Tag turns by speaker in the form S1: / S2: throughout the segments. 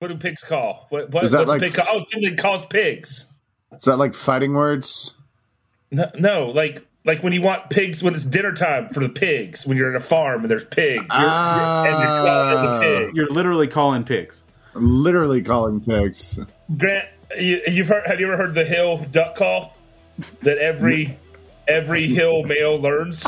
S1: What do pigs call? What, what
S2: Is that
S1: what's
S2: like
S1: a pig call? Oh, something calls pigs.
S2: Is that like fighting words?
S1: No, no, like like when you want pigs when it's dinner time for the pigs when you're at a farm and there's pigs and you're calling the
S2: Ah.
S1: pig.
S3: You're literally calling pigs.
S2: I'm literally calling pigs.
S1: Grant, you, you've heard? Have you ever heard the hill duck call? That every every hill male learns.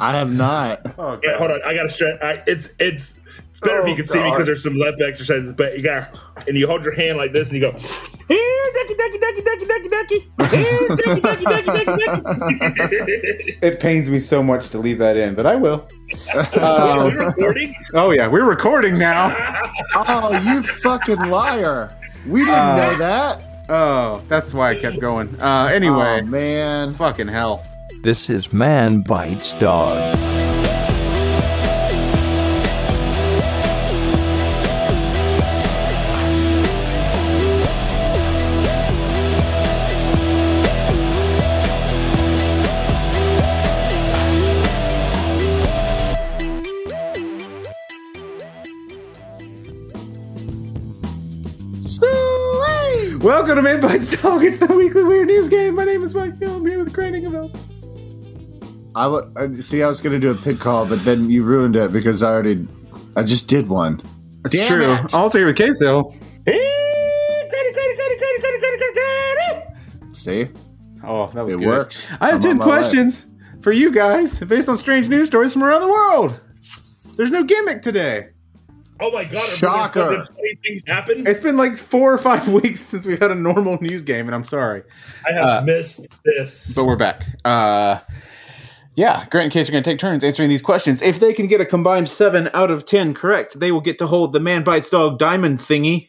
S2: I have not.
S3: Oh,
S1: Yeah,
S3: God.
S1: hold on, I gotta stretch. I, it's it's it's better if you
S2: Oh,
S1: can see me
S2: God.
S1: because there's some left exercises. But you got and you hold your hand like this and you go. "Here, ducky, ducky, ducky, ducky, ducky, ducky. Here, ducky, ducky, ducky, ducky, ducky."
S3: It pains me so much to leave that in, but I will.
S1: Are
S3: Um,
S1: we recording?
S3: oh yeah, we're recording now.
S2: Oh, you fucking liar. We didn't
S3: Uh,
S2: know that.
S3: Oh, that's why I kept going. Uh, anyway,
S2: Oh, man.
S3: fucking hell.
S4: This is Man Bites Dog.
S2: Sweet.
S3: Welcome to Man Bites Dog. It's the weekly weird news game. My name is Mike Hill. I'm here with Crane Ingerville.
S2: I wa- I- see. I was gonna do a pig call, but then you ruined it because I already. I just did one.
S3: That's true. Also here with Case Hill.
S2: See,
S3: Oh, that was
S2: it
S3: good.
S2: works.
S3: I
S2: I'm
S3: have
S2: on
S3: 10
S2: my way.
S3: questions for you guys based on strange news stories from around the world. There's no gimmick today.
S1: Oh my god! are
S2: Shocker.
S1: fucking Funny things happen.
S3: It's been like four or five weeks since we've had a normal news game, and I'm sorry.
S1: I have missed this.
S3: uh, But we're back. Uh, yeah, Grant and Case are going to take turns answering these questions. If they can get a combined 7 out of 10 correct, they will get to hold the Man Bites Dog diamond thingy.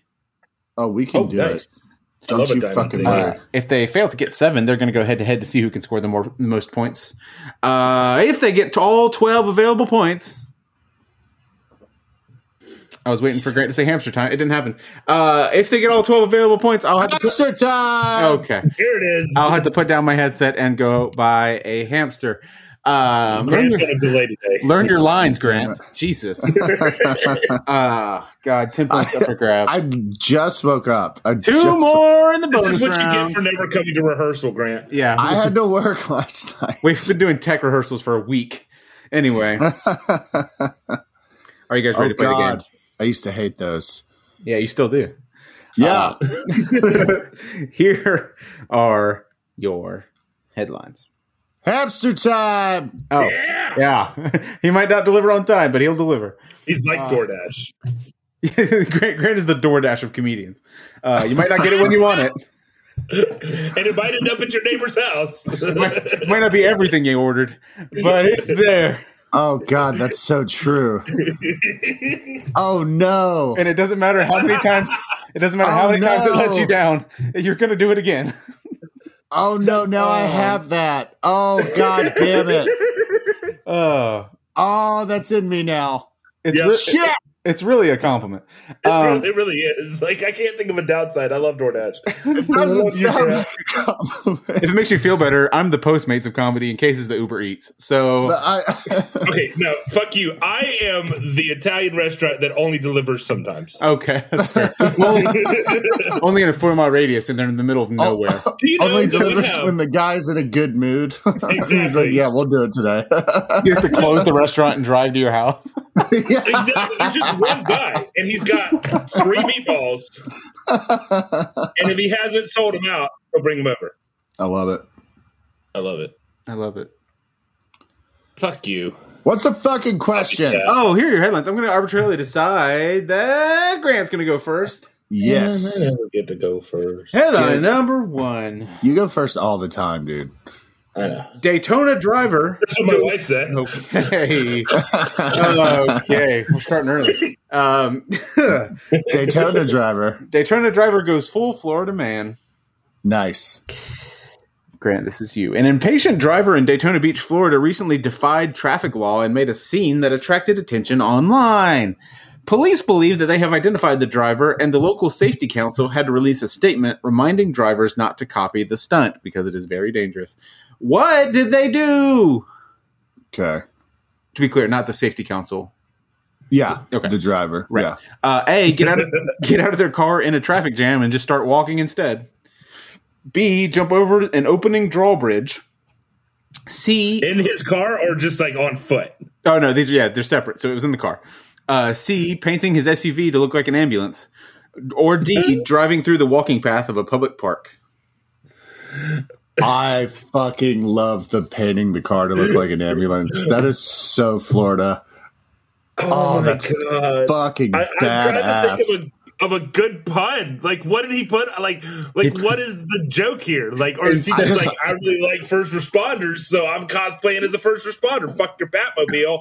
S2: Oh, we can
S1: Oh,
S2: do
S1: nice.
S2: it.
S1: love
S2: Don't
S1: a
S2: you
S1: diamond
S2: fucking
S1: thing.
S2: worry.
S3: Uh, if they fail to get seven, they're going to go head to head to see who can score the more most points. Uh, if they get to all twelve available points, I was waiting for Grant to say hamster time. It didn't happen. Uh, if they get all twelve available points, I'll have to put,
S2: Hamster time.
S3: okay.
S1: Here it is.
S3: I'll have to put down my headset and go buy a hamster. Um, learn,
S1: Grant's
S3: your,
S1: on a delay today.
S3: learn your lines, Grant. Jesus. Uh, God, ten points up for
S2: I
S3: grabs.
S2: just woke up. I
S3: Two
S2: just-
S3: more in the
S1: This is
S3: bonus
S1: what you
S3: round.
S1: get for never coming to rehearsal, Grant.
S3: yeah,
S2: I had to work last night.
S3: We've been doing tech rehearsals for a week. Anyway, are you guys ready
S2: oh
S3: to play
S2: God,
S3: the game?
S2: I used to hate those. Uh,
S3: Yeah, you still do.
S2: Yeah.
S3: Here are your headlines.
S2: Hamster time.
S3: Oh, yeah. he might not deliver on time, but he'll deliver.
S1: He's like
S3: Uh,
S1: DoorDash.
S3: Grant, Grant is the DoorDash of comedians. Uh, you might not get it when you want it.
S1: and it might end up at your neighbor's house.
S3: Might, might not be everything you ordered, but it's there.
S2: Oh God, that's so true. Oh no.
S3: And it doesn't matter how many times. It doesn't matter how
S2: Oh,
S3: many times it lets
S2: no.
S3: you down. You're going to do it again.
S2: Oh no, now I
S3: Oh.
S2: have that. Oh god damn it.
S3: Oh,
S2: Oh, that's in me now.
S3: it's
S1: Yeah.
S3: re-
S2: Shit.
S3: It's really a compliment.
S1: It's
S3: Um,
S1: real- it really is. Like I can't think of a downside. I love DoorDash.
S2: It doesn't
S1: you,
S2: sound
S1: Jeff.
S2: like a compliment.
S3: if it makes you feel better, I'm the Postmates of comedy, and Case is the Uber Eats. So
S2: But I,
S1: Okay, no, fuck you. I am the Italian restaurant that only delivers sometimes.
S3: okay, that's fair. only, only in a four mile radius, and they're in the
S2: Oh.
S3: middle of nowhere.
S1: Do you know
S2: only
S1: that we
S2: delivers
S1: have-
S2: when the guy's in a good mood. He's like,
S1: Exactly.
S2: yeah, we'll do it today.
S3: You have to close the restaurant and drive to your house.
S2: Yeah.
S1: Exactly. There's just one guy, and he's got three meatballs. And if he hasn't sold them out, he'll bring them over.
S2: I love it.
S1: I love it.
S3: I love it.
S1: Fuck you.
S2: What's the fucking question?
S1: Yeah.
S3: Oh, here are your headlines. I'm going to arbitrarily decide that Grant's going to go first.
S2: Yes.
S1: get to go first.
S3: Headline number one:
S2: You go first all the time, dude.
S1: I know.
S3: Daytona driver.
S1: That's what my wife said.
S3: Okay. okay. We're starting early. Um,
S2: Daytona driver.
S3: Daytona driver goes full Florida man.
S2: Nice.
S3: Grant, this is you. An impatient driver in Daytona Beach, Florida recently defied traffic law and made a scene that attracted attention online. Police believe that they have identified the driver, and the local safety council had to release a statement reminding drivers not to copy the stunt because it is very dangerous. What did they do?
S2: Okay.
S3: To be clear, not the safety council.
S2: Yeah.
S3: Okay.
S2: The driver.
S3: Right.
S2: Yeah.
S3: Uh, a get out of get out of their car in a traffic jam and just start walking instead. B jump over an opening drawbridge. C
S1: in his car or just like on foot.
S3: oh no these are yeah they're separate so it was in the car. Uh, C painting his SUV to look like an ambulance, or D driving through the walking path of a public park.
S2: I fucking love the painting the car to look like an ambulance. That is so Florida. Oh, that's
S1: god!
S2: Fucking
S1: I, I'm trying
S2: badass.
S1: to think of a, of a good pun. Like, what did he put? Like, like what is the joke here? Like, or is he just like, I really like first responders, so I'm cosplaying as a first responder. Fuck your Batmobile.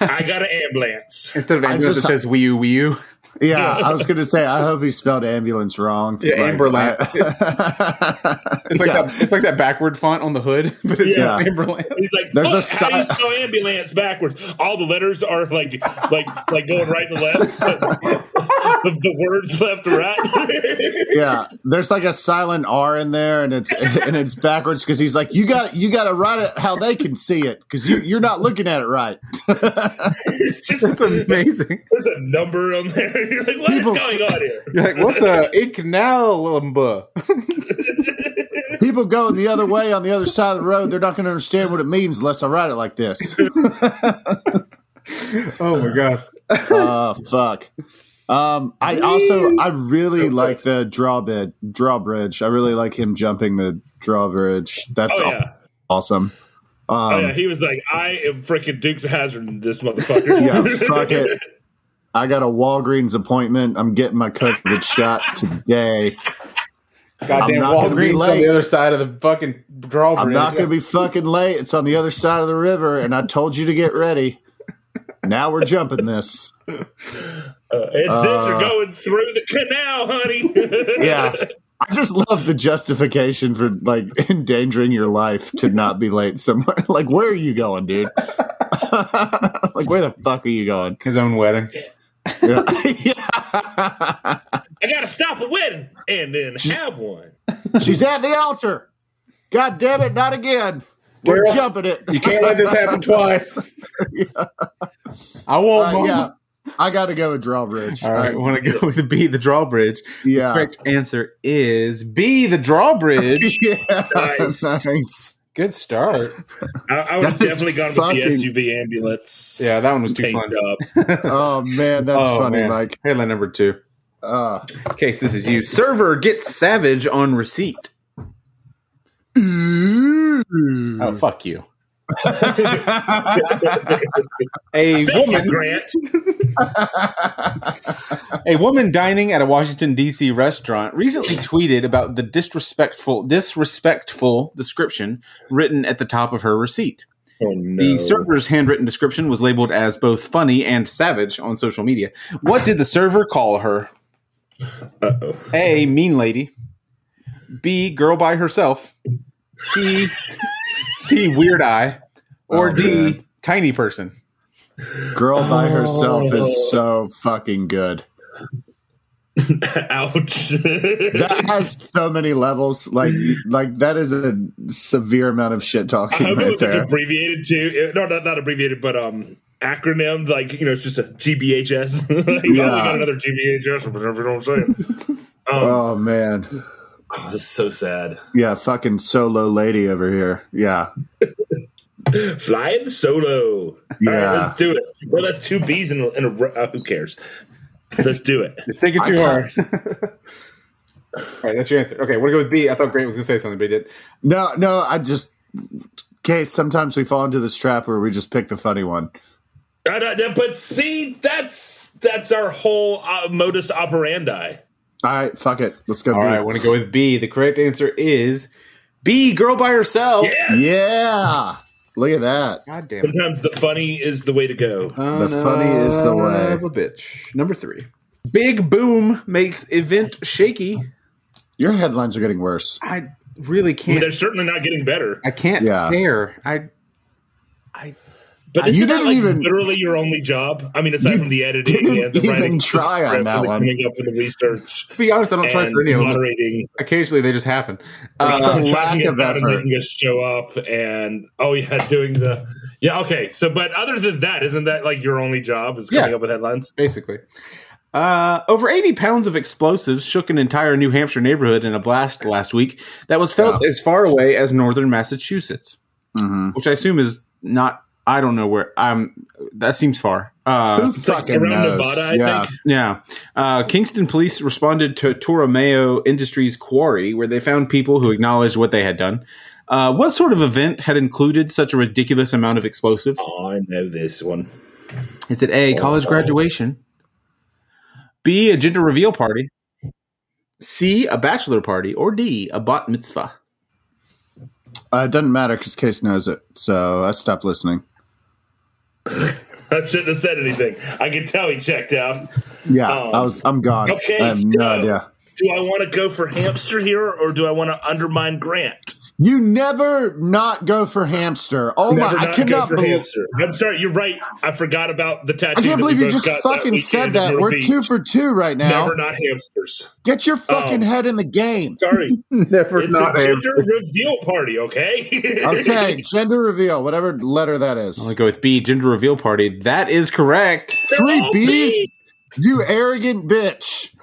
S1: I got an ambulance.
S3: Instead of ambulance,
S2: just-
S3: it says Wii U Wii U.
S2: yeah, I was gonna say. I hope he spelled ambulance wrong.
S3: Yeah, Amberland.
S2: I-
S3: It's like
S2: Yeah.
S3: that. It's like that backward font on the hood, but it
S2: Yeah.
S3: says ambulance.
S1: He's like,
S2: There's
S1: There's
S2: a
S1: how do you
S2: si-
S1: spell ambulance backwards? All the letters are like, like, like going right and left. but the, the words left to right.
S2: yeah, there's like a silent R in there, and it's and it's backwards because he's like, you got you got to write it how they can see it because you you're not looking at it right.
S1: it's just
S3: That's amazing.
S1: There's a number on there. You're like, what is
S2: People
S1: going
S2: say-
S1: on here?
S3: You're like, what's a ignalumba?
S2: People going the other way on the other side of the road, they're not going to understand what it means unless I write it like this.
S3: Oh my god.
S2: Oh fuck. Um, I also I really like the drawbed drawbridge. I really like him jumping the drawbridge. That's
S1: Oh,
S2: aw-
S1: yeah.
S2: awesome. Um,
S1: Oh yeah, he was like, I am freaking Duke's Hazard in this motherfucker.
S2: yeah, fuck it. I got a Walgreens appointment. I'm getting my COVID shot today.
S3: Goddamn
S2: not gonna be
S3: Walgreens on
S2: late.
S3: the other side of the fucking drawbridge.
S2: I'm not going to be fucking late. It's on the other side of the river, and I told you to get ready. Now we're jumping this.
S1: Uh, it's this or
S2: Uh,
S1: going through the canal, honey.
S2: Yeah. I just love the justification for like endangering your life to not be late somewhere. Like, where are you going, dude? like, where the fuck are you going?
S3: his own wedding.
S2: Yeah. Yeah.
S1: I gotta stop a wedding and then have one.
S2: She's at the altar. God damn it, not again. We're
S3: Girl.
S2: jumping it.
S3: You can't let this happen twice. I
S2: Uh,
S3: won't.
S2: yeah, I got to go with drawbridge.
S3: All right,
S2: I-
S3: I want to go with B, the drawbridge.
S2: yeah.
S3: Correct answer is B, the drawbridge.
S2: Yeah.
S1: Nice.
S2: Nice.
S3: Good start.
S1: I, I would have
S2: That is
S1: definitely gone with the
S2: fucking-
S1: SUV ambulance.
S3: Yeah, that one was too
S1: paint
S3: fun.
S1: up.
S2: Oh man, that's
S3: Oh,
S2: funny,
S3: man.
S2: Mike.
S3: Headline number two. Ah.
S2: Uh,
S3: Case, this is you. Server gets savage on receipt. Oh, fuck you. a
S1: Thank you,
S3: woman,
S1: Grant.
S3: a woman dining at a Washington D.C. restaurant recently tweeted about the disrespectful, disrespectful description written at the top of her receipt.
S1: Oh, no.
S3: The server's handwritten description was labeled as both funny and savage on social media. What did the server call her?
S1: Uh-oh.
S3: A. Mean lady. B. Girl by herself. C. C. Weird eye. Or
S2: Oh,
S3: D.
S2: man.
S3: Tiny person.
S2: Girl by herself
S3: Oh.
S2: is so fucking good.
S1: Ouch.
S2: That has so many levels. Like, like that is a severe amount of shit
S1: I
S2: talking
S1: hope it
S2: right
S1: was like
S2: there.
S1: abbreviated too. It- no, not, not abbreviated, but um, acronym. Like you know, it's just a GBHS. like, Oh, we
S2: Yeah.
S1: got another GBHS or whatever. You know what I'm saying? Um,
S2: Oh man,
S1: oh, this is so sad.
S2: yeah, fucking solo lady over here. Yeah,
S1: Flying solo. All right,
S2: Yeah.
S1: let's do it. Well, that's two B's in a, in a row. Uh, who cares? Let's do it.
S3: You're thinking too
S2: I
S3: hard. All right, that's your answer. Okay, we're going to go with B. I thought Grant was going to say something, but he did.
S2: no, no, I just. Okay, sometimes we fall into this trap where we just pick the funny one.
S1: I don't- that- But see, that's that's our whole uh, modus operandi.
S2: All right, fuck it, let's go.
S3: All
S2: do
S3: right, I
S2: it.
S3: want to go with B. The correct answer is B. Girl by herself.
S1: Yes.
S2: Oh, Yeah, look at that.
S3: God damn it.
S1: Sometimes the funny is the way to go.
S2: Uh-huh.
S3: The
S2: funny is the way.
S3: Of a bitch. Number three. Big boom makes event shaky.
S2: Your headlines are getting worse.
S3: I really
S1: I mean,
S3: can't.
S1: they're certainly not getting better.
S3: I can't
S2: Yeah.
S3: care. I, I
S1: But
S2: You
S1: isn't that
S2: didn't
S1: like
S2: even-
S1: literally your only job? I mean, aside
S2: You
S1: from the editing
S2: didn't
S1: and the
S2: even
S1: writing, the
S2: try on
S1: script
S2: that
S1: and
S2: one.
S1: coming up with the research
S3: To be honest, I don't try
S1: and
S3: for any of them.
S1: moderating.
S3: Occasionally, they just happen.
S2: It's
S3: Uh,
S2: the lack
S1: Tracking us
S2: of
S1: down and
S2: effort.
S1: making us show up, and oh yeah, doing the yeah okay. So, but other than that, isn't that like your only job is coming
S3: Yeah.
S1: up with headlines?
S3: basically. Uh, over 80 pounds of explosives shook an entire New Hampshire neighborhood in a blast last week that was felt as far away as northern Massachusetts,
S2: Mhm.
S3: which I assume is not. I don't know where. Um, that seems far. Uh,
S2: Who
S1: like
S2: fucking
S1: around
S2: knows?
S1: Nevada, I
S2: yeah.
S1: think.
S3: yeah. Uh, Kingston police responded to Toromeo Industries quarry, where they found people who acknowledged what they had done. Uh, what sort of event had included such a ridiculous amount of explosives?
S1: Oh, I know this one.
S3: Is it A, college graduation? B, a gender reveal party? C, a bachelor party? Or D, a bat mitzvah?
S2: Uh, it doesn't matter because Case knows it, so I stopped listening.
S1: I shouldn't have said anything. I can tell he checked out.
S2: Yeah,
S1: Oh.
S2: I was. I'm gone.
S1: Okay,
S2: I have
S1: so
S2: no idea.
S1: do I want to go for hamster here, or do I want to undermine Grant?
S2: You never not go for hamster. Oh
S1: Never
S2: my! I
S1: not
S2: cannot
S1: go for
S2: believe.
S1: hamster. I'm sorry, you're right. I forgot about the tattoo.
S2: I can't
S1: that we
S2: believe you
S1: both
S2: just
S1: got
S2: fucking
S1: weekend in
S2: said that.
S1: Myrtle
S2: We're
S1: Beach.
S2: two for two right now.
S1: Never not hamsters.
S2: Get your fucking
S1: Oh.
S2: head in the game.
S1: Sorry,
S3: Never
S1: it's a gender reveal party. Okay.
S2: Okay, gender reveal, whatever letter that is.
S3: I'll go with B, gender reveal party. That is correct.
S2: Three
S1: all
S2: B's?
S1: Bs.
S2: You arrogant bitch.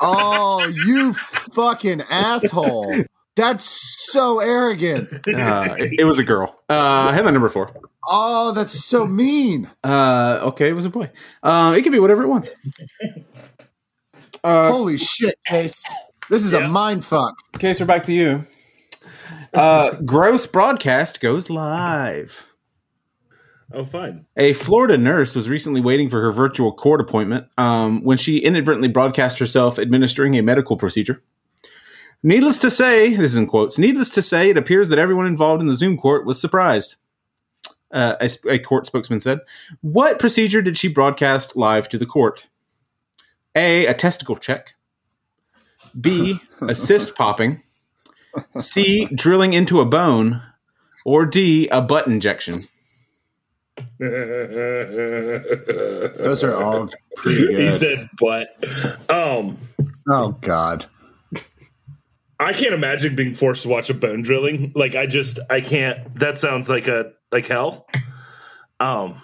S2: oh, you fucking asshole. That's so arrogant.
S3: Uh, it, it was a girl. Uh, headline number four.
S2: Oh, that's so mean.
S3: Uh, okay, it was a boy. Uh, it could be whatever it wants. Uh,
S2: Holy shit, Case. This is a
S1: Yeah.
S2: mind fuck.
S3: case, we're back to you. Uh, gross broadcast goes live.
S1: oh, fine.
S3: A Florida nurse was recently waiting for her virtual court appointment um, when she inadvertently broadcast herself administering a medical procedure. Needless to say, this is in quotes, needless to say, it appears that everyone involved in the Zoom court was surprised. Uh, a, sp- a court spokesman said. What procedure did she broadcast live to the court? A, a testicle check. B, a cyst popping. C, drilling into a bone. Or D, a butt injection.
S2: Those are all pretty
S1: he
S2: good.
S1: said, "But um,
S2: Oh, God.
S1: I can't imagine being forced to watch a bone drilling. Like, I just, I can't. That sounds like a like hell. Um,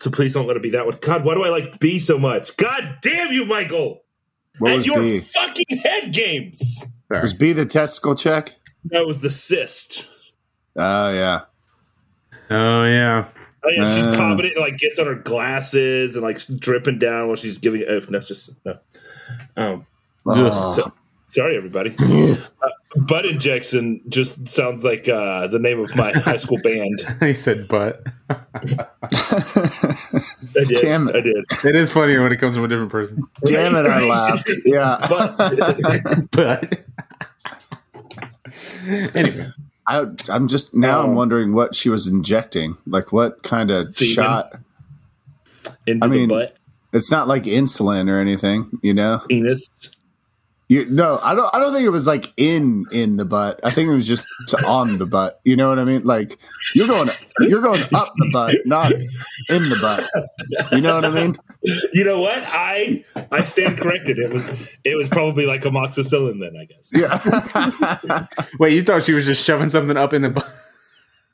S1: so please don't let it be that one. God, why do I like B so much? God damn you, Michael!
S2: What
S1: and
S2: was
S1: your
S2: B?
S1: fucking head games.
S2: Was B the testicle check?
S1: That was the cyst.
S2: Oh, yeah.
S3: Oh, yeah.
S1: Oh, yeah, she's
S2: Ah.
S1: popping it, and, like gets on her glasses and like dripping down while she's giving. Oh, that's just no. Um,
S2: Oh.
S1: so- sorry, everybody. uh, Butt injection just sounds like uh, the name of my high school band.
S3: he said butt.
S1: I did.
S2: Damn it.
S1: I did.
S3: It is funnier when it comes from a different person.
S2: Damn it, I laughed. Yeah.
S3: But anyway,
S2: I, I'm just now. I'm
S1: Um,
S2: wondering what she was injecting. Like what kind of
S1: Semen.
S2: shot?
S1: Into
S2: I mean-
S1: the butt,
S2: It's not like insulin or anything. You know.
S1: penis.
S2: You no. I don't. I don't think it was like in in the butt. I think it was just to on the butt. You know what I mean? Like you're going you're going up the butt, not in the butt. You know what I mean?
S1: You know what? I I stand corrected. It was it was probably like amoxicillin then, I guess.
S2: Yeah.
S3: wait, you thought she was just shoving something up in the butt?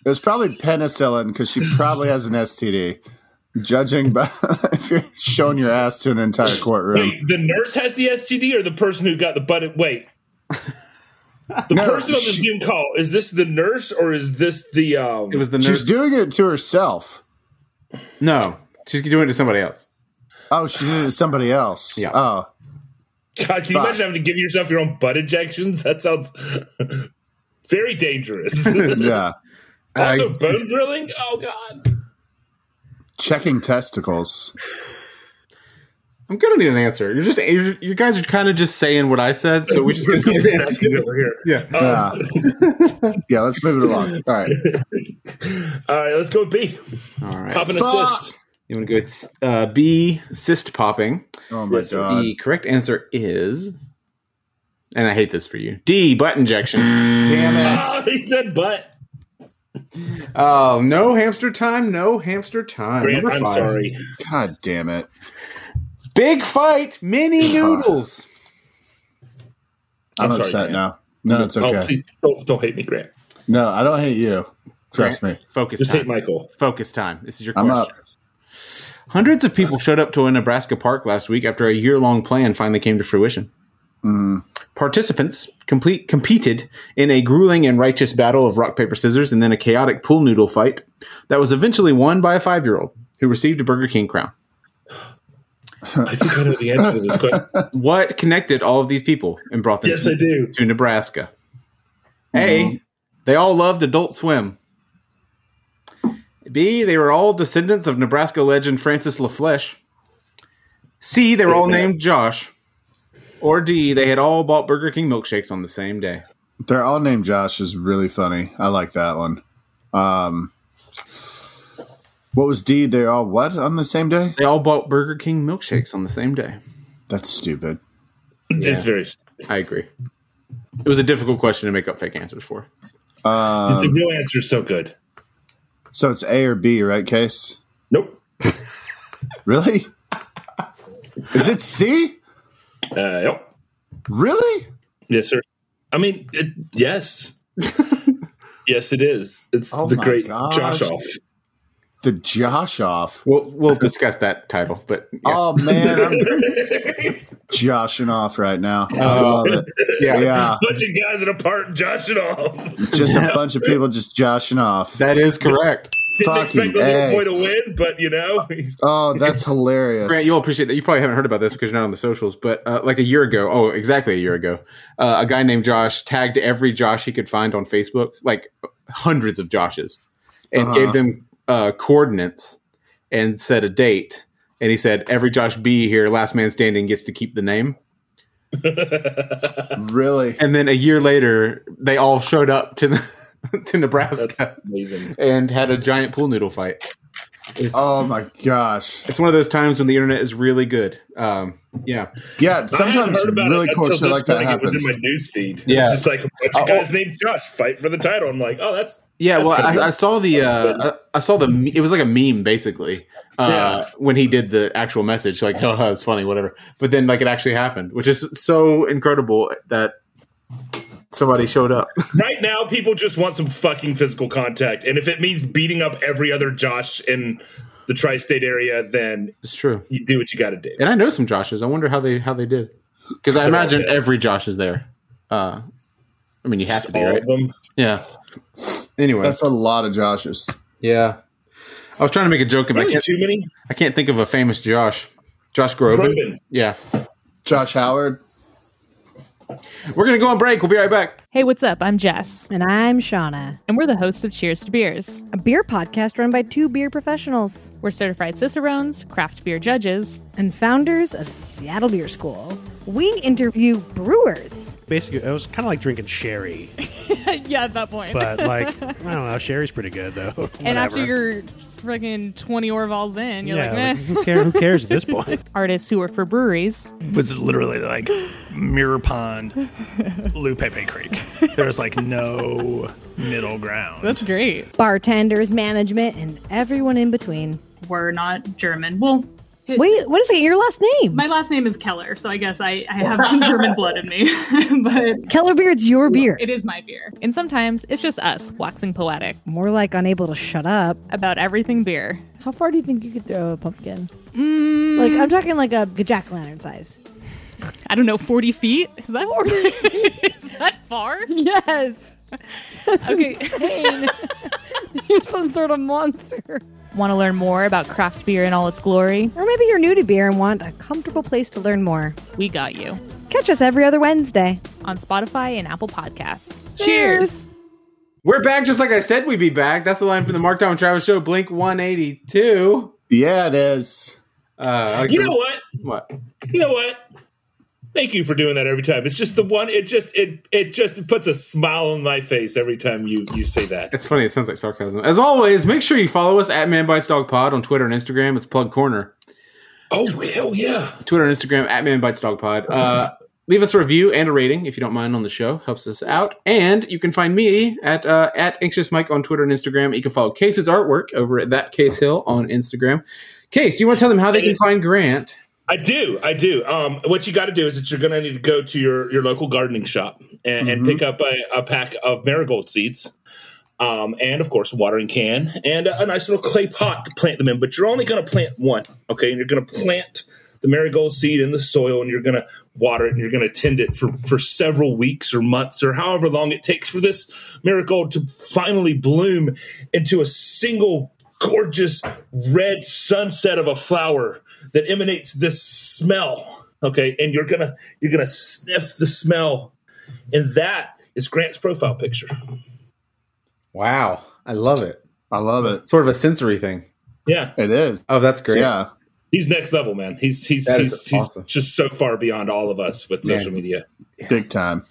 S2: It was probably penicillin because she probably has an STD. Judging by if you're showing your ass to an entire courtroom.
S1: Wait, the nurse has the STD or the person who got the butt? Wait. The
S2: No,
S1: person on the
S2: she-
S1: Zoom call is this the nurse or is this the um?
S3: It was the nurse.
S2: She's doing it to herself.
S3: no, she's doing it to somebody else.
S2: Oh, she did it to somebody else.
S3: Yeah.
S2: Oh,
S1: God, can you
S2: fuck.
S1: imagine having to give yourself your own butt injections? That sounds very dangerous.
S2: yeah.
S1: also,
S3: Uh,
S1: bone drilling. Oh God.
S2: Checking testicles.
S3: I'm gonna need an answer. You're just you're, you guys are kind of just saying what I said, so we just gonna need an answer.
S1: over here.
S3: Yeah,
S2: Yeah. yeah. Let's move it along. All right.
S1: All right, let's go with B.
S3: all right.
S1: Pop an
S2: Fuck.
S1: assist.
S3: You want to go with uh, B cyst popping?
S2: Oh my
S1: Yes, sir.
S2: god.
S3: The correct answer is, and I hate this for you. D butt injection.
S2: Damn it.
S1: Oh, he said butt.
S3: Oh, no hamster time, no hamster time.
S1: Grant,
S3: Number
S1: I'm
S3: five.
S1: sorry.
S2: God damn it.
S3: Big fight, mini noodles.
S1: I'm
S2: I'm,
S1: sorry, man.
S2: upset now. No, it's
S1: Oh,
S2: okay.
S1: please don't, don't hate me, Grant.
S2: no, I don't hate you. Trust me.
S3: Focus
S1: Just
S3: time.
S1: hate Michael.
S3: Focus time. This is your
S2: I'm
S3: question. Hundreds of people showed up to a Nebraska park last week after a year long plan finally came to fruition. Participants complete, competed in a grueling and righteous battle of rock, paper, scissors, and then a chaotic pool noodle fight that was eventually won by a five year old who received a Burger King crown.
S1: I think I know the answer to this question.
S3: What connected all of these people and brought them
S1: Yes, I do.
S3: to Nebraska. A, they all loved Adult Swim. B, they were all descendants of Nebraska legend Francis LaFleche. C, they were all named Josh. Or D, they had all bought Burger King milkshakes on the same day.
S2: They're all named Josh is really funny. I like that one. Um, what was D? They're all what on the same day?
S3: They all bought Burger King milkshakes on the same day.
S2: That's stupid.
S1: It's very.
S3: I agree. It was a difficult question to make up fake answers for.
S1: the
S2: Um,
S1: real answer is so good.
S2: So it's A or B, right, Case?
S1: Nope.
S2: Really? Is it C?
S1: Uh, nope.
S2: Really?
S1: Yes, sir. I mean, it, yes. yes, it is. It's
S2: Oh
S1: the
S2: my
S1: great
S2: gosh.
S1: Josh off.
S2: The Josh off.
S3: We'll we'll discuss that title, but yeah.
S2: Oh man, I'm joshing off right now. I
S3: Oh.
S2: love it.
S3: yeah,
S2: Yeah,
S1: Bunch of guys in a park and Josh it off.
S2: just a bunch of people just joshing off.
S3: that is correct.
S2: Fucking
S1: Didn't expect the little boy
S2: A.
S1: to win, but you know, he's
S2: Oh, that's hilarious.
S3: Grant, you'll appreciate that. You probably haven't heard about this because you're not on the socials, but uh, like a year ago, oh, exactly a year ago, uh, a guy named Josh tagged every Josh he could find on Facebook, like hundreds of Joshes, and
S2: Uh-huh.
S3: gave them uh, coordinates and set a date. And he said, every Josh B here, last man standing, gets to keep the name.
S2: really?
S3: And then a year later, they all showed up to the, to Nebraska
S1: amazing.
S3: and had a giant pool noodle fight. It's,
S2: Oh my gosh.
S3: it's one of those times when the internet is really good. Um, yeah.
S2: Yeah,
S1: I hadn't
S2: sometimes really
S1: it
S2: cool
S1: until
S2: shit
S1: this
S2: like that
S1: morning.
S2: happens. oh.
S1: It was in my newsfeed. It's
S3: Yeah.
S1: just like a bunch
S3: Uh,
S1: of guys named Josh fight for the title. I'm like, oh, that's
S3: Yeah,
S1: That's
S3: well,
S1: gonna be-
S3: I, I saw the uh, I, I saw the me- it was like a meme basically uh,
S1: Yeah.
S3: when he did the actual message, like oh, it's funny, whatever. But then like it actually happened, which is so incredible that somebody showed up.
S1: right now. People just want some fucking physical contact, and if it means beating up every other Josh in the tri-state area, then
S3: it's true,
S1: you do what you got to do.
S3: and I know some Joshes. I wonder how they how they did because I
S1: They're all
S3: imagine
S1: dead.
S3: every Josh is there. Uh, I mean, you have to be
S1: All
S3: right.
S1: of them.
S3: Yeah. Anyway,
S2: That's a lot of Joshes.
S3: yeah. I was trying to make a joke, but I
S1: Really,
S3: can't.
S1: too many.
S3: I can't think of a famous Josh. Josh Groban.
S1: Groban.
S3: Yeah.
S2: Josh Howard.
S3: We're gonna go on break. We'll be right back.
S5: Hey, what's up? I'm Jess,
S6: And I'm Shauna,
S5: and we're the hosts of Cheers to Beers.
S6: a beer podcast run by two beer professionals
S5: We're certified Cicerones, craft beer judges,
S6: and founders of Seattle Beer School. We interview brewers.
S7: basically it was kind of like drinking sherry
S5: yeah, at that point.
S7: but like i don't know sherry's pretty good though
S5: and after you're friggin' 20 Orvals in, you're
S7: yeah,
S5: like,
S7: like,
S5: meh.
S7: who, care, who cares at this point
S5: Artists who work for breweries.
S8: was literally like Mirror Pond, Lou Pepe Creek. There was like no middle ground.
S5: That's great.
S6: Bartenders, management, and everyone in between.
S9: were not German. Well, his-
S6: Wait, what is it? Your last name?
S9: my last name is Keller, so I guess I, I have some German blood in me, but
S6: Keller Beard's your beer.
S9: it is my beer.
S5: And sometimes it's just us waxing poetic
S6: More like unable to shut up.
S5: about everything beer.
S10: How far do you think you could throw a pumpkin?
S5: Mm,
S10: Like I'm talking like a jack o' lantern size.
S5: I don't know, 40 feet? Is that, is that far?
S10: Yes. That's
S5: Okay.
S10: insane. You're some sort of monster.
S5: Want to learn more about craft beer in all its glory?
S6: Or maybe you're new to beer and want a comfortable place to learn more.
S5: We got you
S6: Catch us every other Wednesday.
S5: on Spotify and Apple Podcasts.
S6: Cheers.
S3: We're back just like I said we'd be back. That's the line from the Markdown Travis Show, Blink 182.
S2: Yeah, it is.
S3: Uh,
S1: You know what?
S3: what?
S1: You know what? Thank you for doing that every time. It's just the one. It just it it just puts a smile on my face every time you you say that.
S3: It's funny. It sounds like sarcasm. As always, make sure you follow us at Man Bites Dog Pod on Twitter and Instagram. It's Plug Corner.
S1: Oh hell yeah!
S3: Twitter and Instagram at Man Bites Dog Pod. Uh, Leave us a review and a rating if you don't mind on the show. Helps us out. And you can find me at uh, at Anxious Mike on Twitter and Instagram. You can follow Case's artwork over at That Case Hill on Instagram. Case, do you want to tell them how they can find Grant?
S1: I do, I do. Um, what you got to do is that you're going to need to go to your, your local gardening shop and, and pick up a, a pack of marigold seeds, um, and of course a watering can and a, a nice little clay pot to plant them in. But you're only going to plant one, okay? And you're going to plant the marigold seed in the soil, and you're going to water it, and you're going to tend it for for several weeks or months or however long it takes for this marigold to finally bloom into a single gorgeous red sunset of a flower that emanates this smell. Okay, and you're gonna you're gonna sniff the smell, and that is Grant's profile picture.
S3: Wow, I love it.
S2: I love it.
S3: Sort of a sensory thing.
S1: Yeah,
S2: It is.
S3: Oh, that's great.
S2: Yeah.
S1: he's next level, man. He's he's
S3: That
S1: he's,
S3: is awesome.
S1: he's just so far beyond all of us with
S3: Man.
S1: social media.
S2: Big time.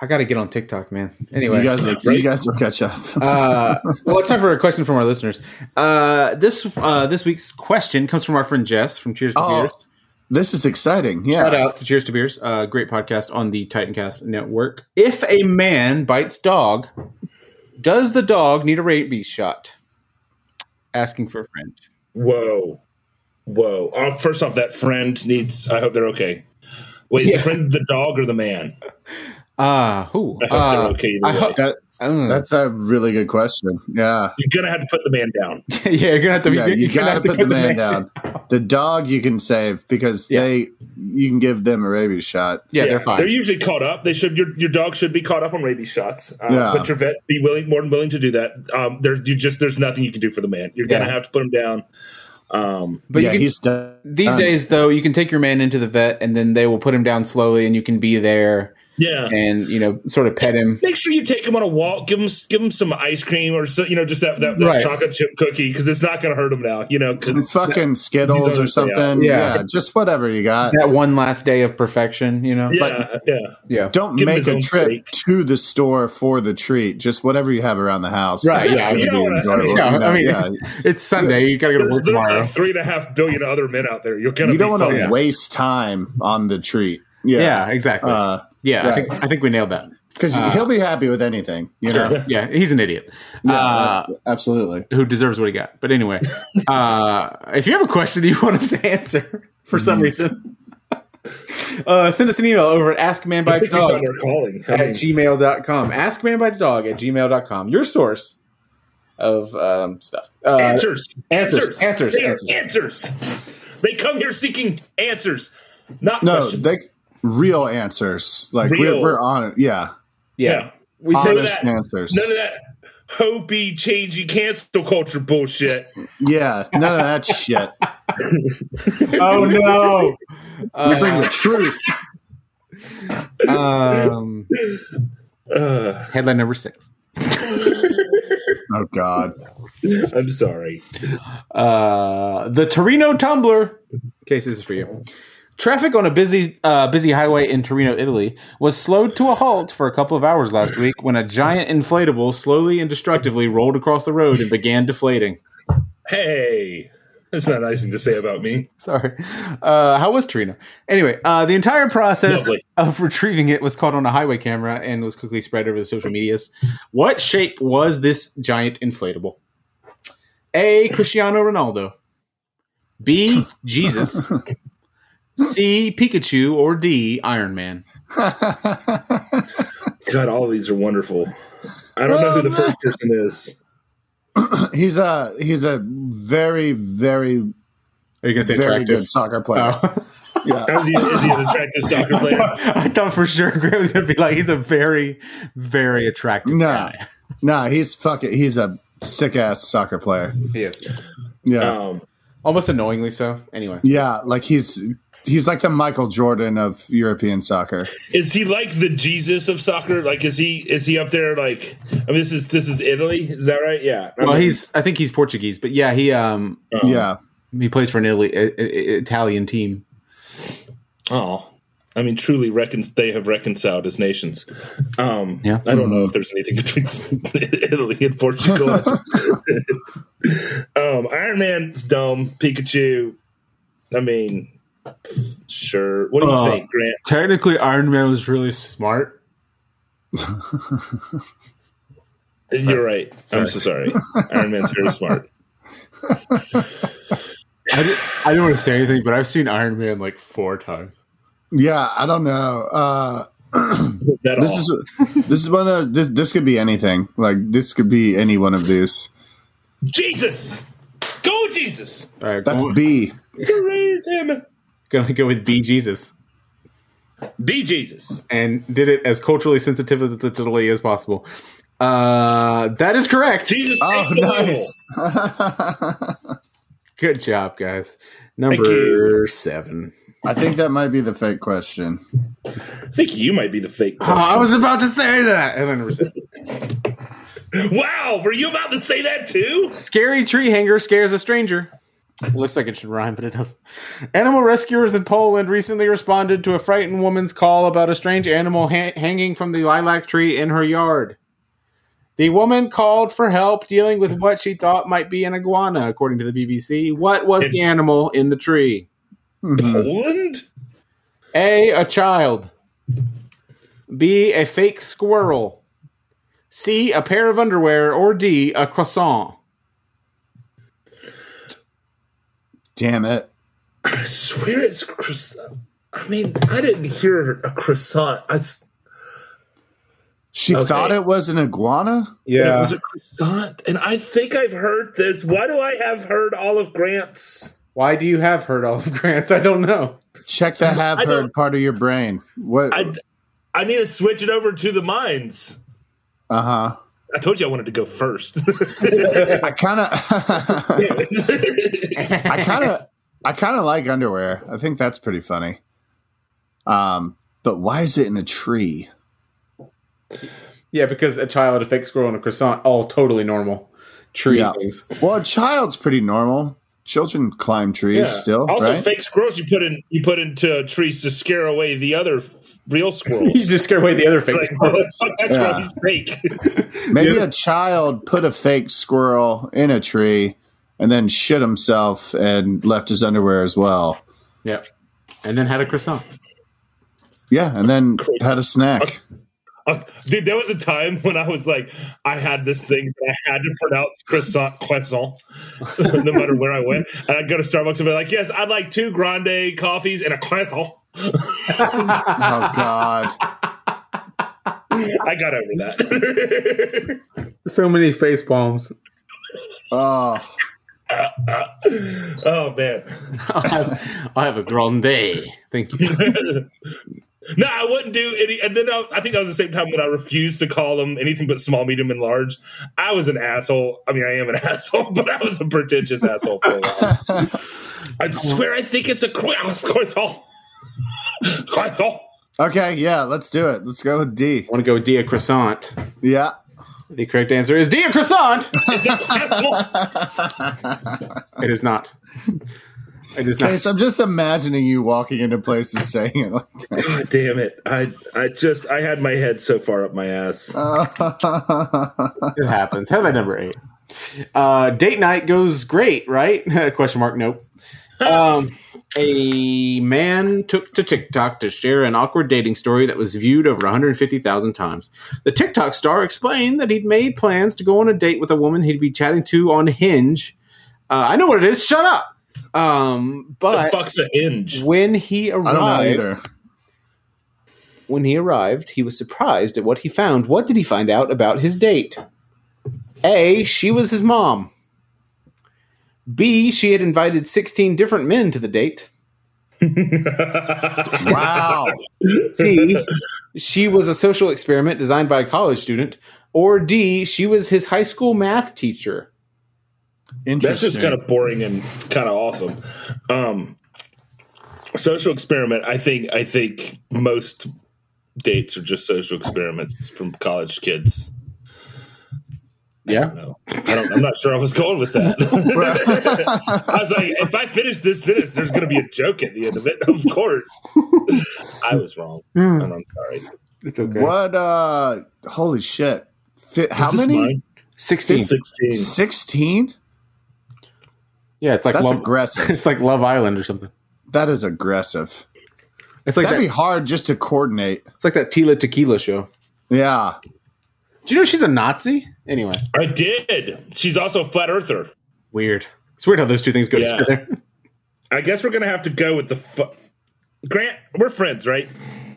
S3: I got to get on TikTok, man. Anyway,
S2: You guys, you guys will catch up.
S3: uh, well, it's time for a question from our listeners. Uh, this uh, this week's question comes from our friend Jess from Cheers to
S2: Oh,
S3: Beers.
S2: this is exciting. Yeah.
S3: Shout out to Cheers to Beers, uh, great podcast on the Titancast network. If a man bites dog, does the dog need a rabies shot? Asking for a friend.
S1: Whoa, whoa! Uh, first off, that friend needs. I hope they're okay. Wait, is
S3: Yeah.
S1: the friend the dog or the man?
S3: Ah, who?
S1: I hope
S3: Uh,
S1: they're okay. Either
S3: I
S1: way.
S3: hope-
S2: That-
S3: mm.
S2: that's a really good question. Yeah.
S1: You're gonna have to put the man down.
S3: yeah, you're gonna have to.
S2: Yeah,
S3: you're
S2: you
S3: gonna
S2: gotta
S3: have to
S2: put the man down. The dog you can save because
S3: Yeah.
S2: they you can give them a rabies shot.
S3: Yeah, they're fine.
S1: They're usually caught up. They should. Your, your dog should be caught up on rabies shots. Um,
S2: Yeah.
S1: But your vet be willing, more than willing to do that. Um, there, you just there's nothing you can do for the man. You're
S3: Yeah.
S1: gonna have to put him down. Um,
S3: but you
S2: yeah,
S3: can-
S2: he's done.
S3: These days, though, you can take your man into the vet, and then they will put him down slowly, and you can be there
S1: yeah.
S3: and you know sort of pet him.
S1: Make sure you take him on a walk. Give him give him some ice cream or so, you know just that that, that
S3: Right.
S1: chocolate chip cookie because it's not gonna hurt him now. You know
S2: Some
S1: 'cause-
S2: fucking Skittles or
S1: These are- yeah.
S2: something.
S3: uh, Yeah.
S2: Yeah. just whatever you got.
S3: That one last day of perfection, you know.
S1: yeah yeah.
S3: yeah.
S2: Don't
S1: Give him
S2: make
S1: his
S2: a
S1: own
S2: trip
S1: steak.
S2: to the store for the treat. Just whatever you have around the house.
S3: Right,
S2: That's
S3: yeah,
S2: gonna
S1: you
S2: be
S1: know what I-
S2: enjoyable,
S3: Yeah,
S2: you know,
S3: I mean,
S2: yeah.
S3: it's Sunday. You gotta go to
S1: There's
S3: work
S1: literally
S3: tomorrow.
S1: three and a half billion other men out there. You're gonna
S2: you don't
S1: be
S2: want to
S1: fine.
S2: waste time on the treat.
S3: Yeah,
S2: Yeah, Uh,
S3: exactly. yeah, I
S2: right.
S3: think I think we nailed that.
S2: because he'll be happy with anything. You know,
S3: Yeah, he's an idiot
S2: Yeah,
S3: uh,
S2: absolutely.
S3: who deserves what he got. But anyway, uh, if you have a question you want us to answer for some
S2: Mm-hmm.
S3: reason, uh, send us an email over at Oh,
S1: I think we found
S3: askmanbitesdog
S1: our calling. I
S3: at
S1: mean,
S3: gmail.com. Askmanbitesdog at gmail.com. Your source of um, stuff. Uh,
S1: answers.
S3: answers, answers,
S1: They are
S3: answers.
S1: answers. They come here seeking answers, not
S2: No,
S1: questions.
S2: they real answers. Like
S1: Real.
S2: we're we're on it. Yeah,
S1: yeah.
S3: We
S1: None of
S2: honest
S1: that.
S2: answers.
S1: None of that hopey, changey, cancel culture bullshit.
S2: yeah, none of that shit.
S3: Oh no!
S2: We bring the truth.
S3: um,
S1: Uh,
S3: headline number six.
S2: Oh God,
S1: I'm sorry.
S3: Uh, the Torino Tumbler. Case, this is for you. Traffic on a busy, uh, busy highway in Torino, Italy, was slowed to a halt for a couple of hours last week when a giant inflatable slowly and destructively rolled across the road and began deflating.
S1: Hey, that's not a nice thing to say about me.
S3: Sorry. Uh, how was Torino? Anyway, uh, the entire process
S1: Lovely.
S3: of retrieving it was caught on a highway camera and was quickly spread over the social medias. What shape was this giant inflatable? A. Cristiano Ronaldo. B. Jesus. C. Pikachu. Or D. Iron Man.
S1: God, all these are wonderful. I don't know who the first person is.
S2: he's a he's a very very
S3: Are you going to say
S2: very
S3: attractive?
S2: good soccer player.
S3: Oh.
S1: Is he, is he an attractive soccer player?
S3: I thought for sure Graham was going to be like, he's a very, very attractive
S2: No.
S3: guy.
S2: Nah, he's fucking. He's a sick ass soccer player.
S3: He is.
S2: Yeah,
S1: Um,
S3: Almost annoyingly so. Anyway.
S2: yeah. Like he's he's like the Michael Jordan of European soccer.
S1: Is he like the Jesus of soccer? Like, is he is he up there? Like, I mean, this is this is Italy. Is that right? Yeah. I
S3: Well,
S1: mean,
S3: he's. I think he's Portuguese, but yeah, he um
S1: Oh.
S2: Yeah,
S3: he plays for an Italy I- I- Italian team.
S1: oh, I mean, truly, recon- they have reconciled as nations. Um,
S3: Yeah.
S1: I don't know if there's anything between Italy and Portugal. um, Iron Man's dumb. Pikachu. I mean, Sure. What do you
S3: Uh,
S1: think, Grant?
S3: Technically, Iron Man was really smart.
S1: You're right. I'm so sorry. Iron Man's very smart.
S3: I didn't, I didn't want to say anything, but I've seen Iron Man like four times.
S2: Yeah, I don't know. Uh, this
S1: Oh.
S2: is this is one of those, this this could be anything. Like this could be any one of these.
S1: Jesus, go Jesus!
S3: All right,
S2: That's
S1: Oh.
S3: going,
S2: B.
S1: Praise him.
S3: gonna go with B Jesus
S1: Be Jesus.
S3: and did it as culturally sensitively as possible. Uh, that is correct.
S1: Jesus.
S2: Oh,
S1: take the
S2: nice.
S3: Good job, guys.
S1: you.
S3: Number seven.
S2: I think that might be the fake question.
S1: wheel. I think you might be the fake.
S3: Oh,
S2: Ah.
S3: I was about to say that, and I never said. it.
S1: Wow, were you about to say that too?
S3: Scary tree hanger scares a stranger. Looks like it should rhyme, but it doesn't. Animal rescuers in Poland recently responded to a frightened woman's call about a strange animal ha- hanging from the lilac tree in her yard. The woman called for help dealing with what she thought might be an iguana, according to the BBC. What was the animal in the tree?
S2: Hmm.
S1: Poland.
S3: A. A child. B. A fake squirrel. C. A pair of underwear. Or D. A croissant.
S2: Damn it.
S1: I swear it's croissant. I mean, I didn't hear a croissant. I s-
S2: She
S1: Okay.
S2: thought it was an iguana.
S1: it was a croissant, and I think I've heard this. Why do I have heard all of Grant's?
S3: Why do you have heard Olive Grants? I don't know.
S2: Check the have
S1: I don't-
S2: heard part of your brain. What?
S1: I I need to switch it over to the minds.
S2: Uh huh.
S1: I told you I wanted to go first.
S2: I kind of, I kind of, I kind of like underwear. I think that's pretty funny. Um, but why is it in a tree?
S3: Yeah, because a child, a fake squirrel, and a croissant, all totally normal tree
S2: Yeah.
S3: things.
S2: Well, a child's pretty normal. Children climb trees
S3: Yeah.
S2: still,
S1: also,
S2: right?
S1: fake squirrels you put in you put into trees to scare away the other real squirrels.
S3: You just scare away the other fake
S1: Like, oh,
S3: squirrels.
S1: that's, that's
S2: Yeah.
S1: why he's fake.
S2: Maybe
S3: Yeah.
S2: a child put a fake squirrel in a tree and then shit himself and left his underwear as well.
S3: Yeah. And then had a croissant.
S2: Yeah, and then had a snack.
S1: Uh, Dude, there was a time when I was like, I had this thing that I had to pronounce croissant croissant, no matter where I went. And I'd go to Starbucks and be like, yes, I'd like two grande coffees and a croissant.
S2: Oh God.
S1: I got over that.
S3: So many face palms.
S2: Oh,
S1: oh, man.
S3: I have a grande. Thank you.
S1: No, I wouldn't do any. And then I, I think that was the same time when I refused to call them anything but small, medium, and large. I was an asshole. I mean, I am an asshole, but I was a pretentious asshole for a while. I swear I think it's a croissant. Croissant. Croissant.
S2: okay. Yeah, let's do it. Let's go with D.
S3: want to go Dia croissant.
S2: Yeah.
S3: The correct answer is Dia croissant.
S1: It's a croissant.
S3: It is not. It is
S2: Okay,
S3: not.
S2: so I'm just imagining you walking into places saying it like
S1: God damn it. I, I just, I had my head so far up my ass.
S2: that.
S3: It happens. Have that number eight. Uh, date night goes great, right? Question mark. Nope. Um, a man took to TikTok to share an awkward dating story that was viewed over 150,000 times. The TikTok star explained that he'd made plans to go on a date with a woman he'd be chatting to on Hinge. Uh, I know what it is. Shut up. Um,
S1: The
S3: but
S1: fuck's a hinge?
S3: when he arrived,
S2: I don't know either.
S3: when he arrived, he was surprised at what he found. What did he find out about his date? A. She was his mom. B. She had invited 16 different men to the date.
S2: Wow.
S3: C. she was a social experiment designed by a college student. Or D. She was his high school math teacher.
S1: That's
S2: Interesting.
S1: just kind of boring and kind of awesome. Um, social experiment. I think. I think most dates are just social experiments from college kids.
S3: Yeah.
S1: No, I don't, I'm not sure I was going with that. I was like, if I finish this sentence, there's going to be a joke at the end of it. Of course, I was wrong,
S2: Hmm.
S1: and I'm sorry. Is
S3: It's okay.
S2: What? uh Holy shit! Fit, how
S1: this
S2: many?
S1: mine?
S3: 16.
S1: It's Sixteen.
S2: Sixteen.
S3: Yeah, it's like
S2: That's
S3: Love
S2: aggressive.
S3: It's like Love Island or something.
S2: that is aggressive.
S3: It's like
S2: That'd
S3: that.
S2: be hard just to coordinate.
S3: It's like that Tila Tequila show.
S2: Yeah.
S3: Do you know she's a Nazi? Anyway,
S1: I did. She's also a flat earther.
S3: weird. It's weird how those two things go
S1: Yeah.
S3: together.
S1: I guess we're gonna have to go with the fu- Grant. We're friends, right?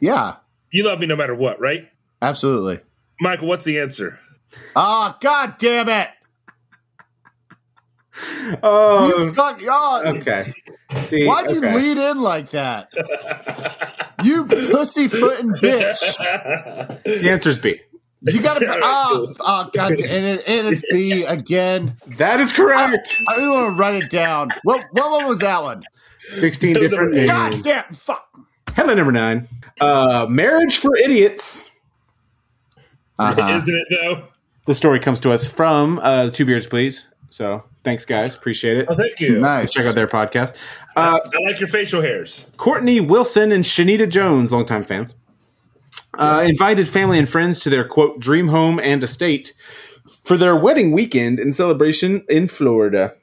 S2: Yeah.
S1: You love me no matter what, right?
S2: Absolutely.
S1: Michael, what's the answer?
S2: Oh, god damn it.
S3: Oh,
S1: Um,
S2: You fuck oh,
S3: okay. See,
S2: Why'd you
S3: okay.
S2: lead in like that? you pussyfooting bitch.
S3: The answer's B.
S2: You gotta oh, oh god and, it, and it's B again.
S3: That is correct.
S2: I don't wanna write it down. What what one was that one?
S3: Sixteen different names.
S2: God damn fuck.
S3: Hello, number nine. Uh, marriage for idiots.
S2: Uh-huh.
S1: Isn't it though?
S3: The story comes to us from uh, Two Beards, please. So thanks, guys. Appreciate it.
S1: Oh, thank you.
S2: Nice.
S3: Check out their podcast. Uh,
S1: I like your facial hairs.
S3: Courtney Wilson and Shanita Jones, longtime fans, uh, invited family and friends to their quote dream home and estate for their wedding weekend and celebration in Florida.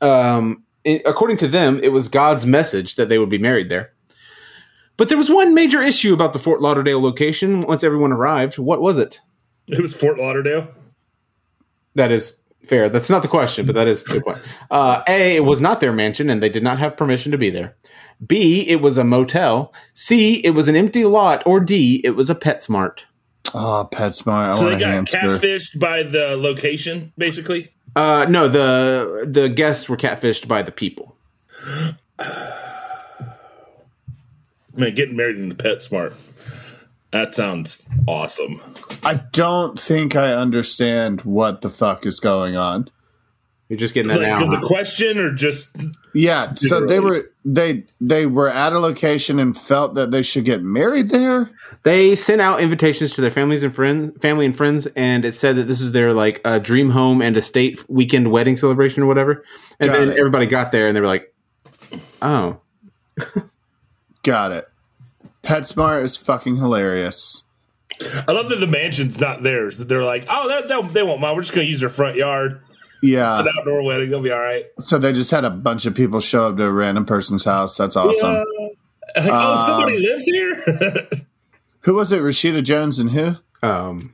S3: Um, i- according to them, it was God's message that they would be married there. But there was one major issue about the Fort Lauderdale location once everyone arrived. What was it?
S1: It was Fort Lauderdale.
S3: That is fair. That's not the question, but that is the point. Uh, a, it was not their mansion, and they did not have permission to be there. B, it was a motel. C, it was an empty lot. Or D, it was a PetSmart.
S2: Oh, PetSmart. I
S1: So
S2: want
S1: they
S2: a
S1: got
S2: hamster.
S1: catfished by the location, basically.
S3: Uh, no, the the guests were catfished by the people.
S1: Man, getting married in the pet smart. That sounds awesome.
S2: I don't think I understand what the fuck is going on.
S3: You're just getting that
S1: Like,
S3: now.
S1: the
S3: huh?
S1: question or just
S2: Yeah, so they
S1: Literally.
S2: were they they were at a location and felt that they should get married there.
S3: They sent out invitations to their families and friends, family and friends, and it said that this is their like uh, dream home and estate weekend wedding celebration or whatever. And
S2: Got
S3: then
S2: it.
S3: everybody got there and they were like, "Oh,
S2: Got it. PetSmart is fucking hilarious.
S1: I love that the mansion's not theirs. That they're like, oh, they, they, they won't mind. We're just gonna use their front yard.
S2: Yeah.
S1: It's an outdoor wedding. They'll be all right.
S2: So they just had a bunch of people show up to a random person's house. That's awesome.
S1: Like, oh, somebody lives here.
S2: Who was it? Rashida Jones and who?
S3: um,